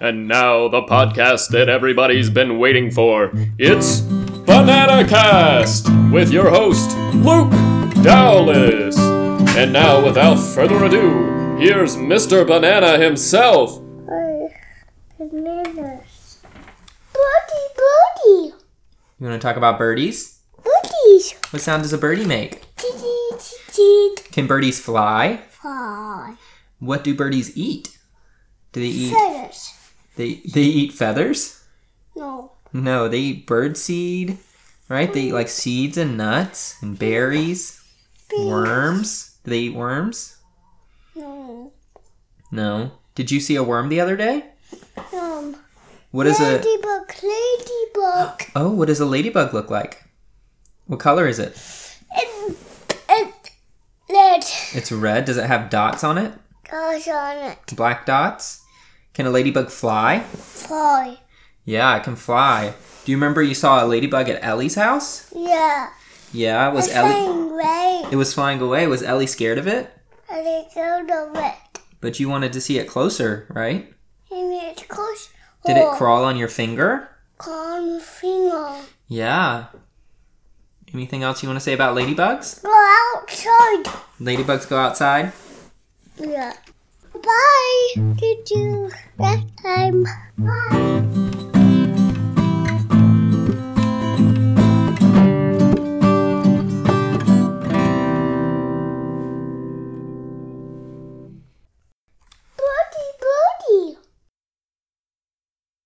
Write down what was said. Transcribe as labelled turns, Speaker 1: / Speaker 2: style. Speaker 1: And now the podcast that everybody's been waiting for. It's Banana Cast with your host, Luke Dowlis. And now, without further ado, here's Mr. Banana himself.
Speaker 2: Oh, bananas. Birdie, birdie,
Speaker 3: You want to talk about birdies?
Speaker 2: birdies.
Speaker 3: What sound does a birdie make?
Speaker 2: Did did did
Speaker 3: Can birdies fly?
Speaker 2: fly.
Speaker 3: What do birdies eat? Do they eat
Speaker 2: Feathers.
Speaker 3: they they eat feathers?
Speaker 2: No.
Speaker 3: No, they eat bird seed, right? They eat like seeds and nuts and berries, worms. Do they eat worms?
Speaker 2: No.
Speaker 3: No. Did you see a worm the other day?
Speaker 2: Um.
Speaker 3: What is a
Speaker 2: Ladybug, ladybug.
Speaker 3: Oh, what does a ladybug look like? What color is it?
Speaker 2: And and lead
Speaker 3: It's red. Does it have dots on it?
Speaker 2: goes on it.
Speaker 3: Black dots? Can a ladybug fly?
Speaker 2: Fly.
Speaker 3: Yeah, it can fly. Do you remember you saw a ladybug at Ellie's house?
Speaker 2: Yeah.
Speaker 3: Yeah, was
Speaker 2: It's
Speaker 3: Ellie
Speaker 2: flying away.
Speaker 3: It was flying away. Was Ellie scared of it?
Speaker 2: And it's out of it.
Speaker 3: But you wanted to see it closer, right?
Speaker 2: And it's close.
Speaker 3: Did it crawl on your finger?
Speaker 2: Con finger.
Speaker 3: Yeah. Anything else you want to say about ladybugs?
Speaker 2: Go outside.
Speaker 3: Ladybugs go outside.
Speaker 2: Yeah. Bye. Did you that time? Bye.